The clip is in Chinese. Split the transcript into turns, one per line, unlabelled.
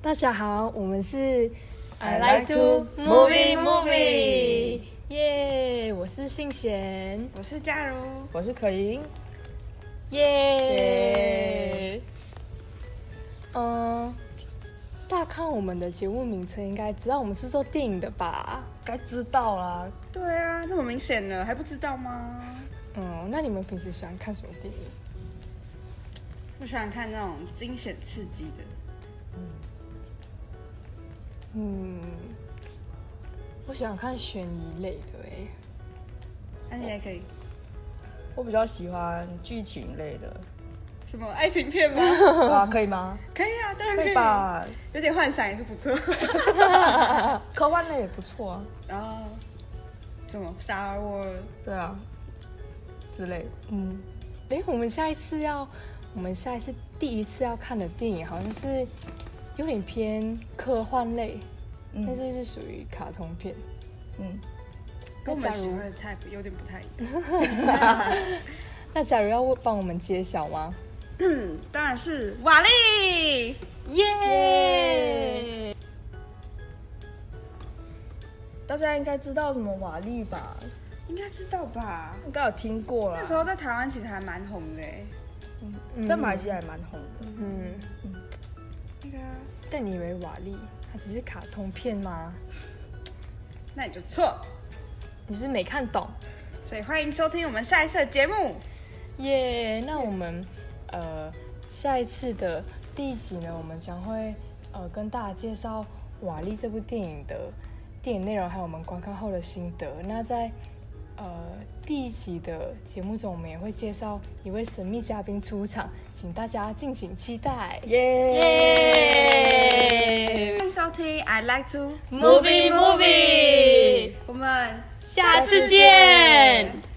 大家好，我们是
I like to movie movie
耶我是信贤，
我是嘉如，我是可盈。
耶
耶
嗯，大家看我们的节目名称应该知道我们是做电影的吧？
该知道啦，
对啊，这么明显了，还不知道吗？
嗯，那你们平时喜欢看什么电影？
我喜欢看那种惊险刺激的，
嗯，我喜欢看悬疑类的欸诶。
那啊你还可以
我比较喜欢剧情类的，
什么爱情 片吗？
啊，可以吗？
可以啊，当然
可
可
以
以，
吧？
有点幻想也是不错。
科幻类也不错啊，
然后什么 Star Wars，
对啊，之类的。
嗯，诶，我们下一次要，我们下一次第一次要看的电影好像是有点偏科幻类，但
嗯
是是属于卡通片。
嗯，
跟我
那假
们喜
如
欢的菜谱有点不太一样。
那假如要帮我们揭晓吗？
嗯， 当然是瓦力。
耶、
大家应该知道什么瓦力吧？
应该知道吧？
应该有听过啦。
那时候在台湾其实还蛮红的欸，
嗯
在马来西亚也蛮红的，
嗯，
那个啊，
但你以为瓦力它只是卡通片吗？
那你就错。
你是没看懂？
所以欢迎收听我们下一次的节目。
耶、那我们呃下一次的第一集呢，我们将会呃跟大家介绍《瓦力》这部电影的电影内容，还有我们观看后的心得。那在呃第一集的节目中，我们也会介绍一位神秘嘉宾出场，请大家敬请期待。嗯
耶！
欢迎收听 I Like to
Movie Movie
我们
下次见。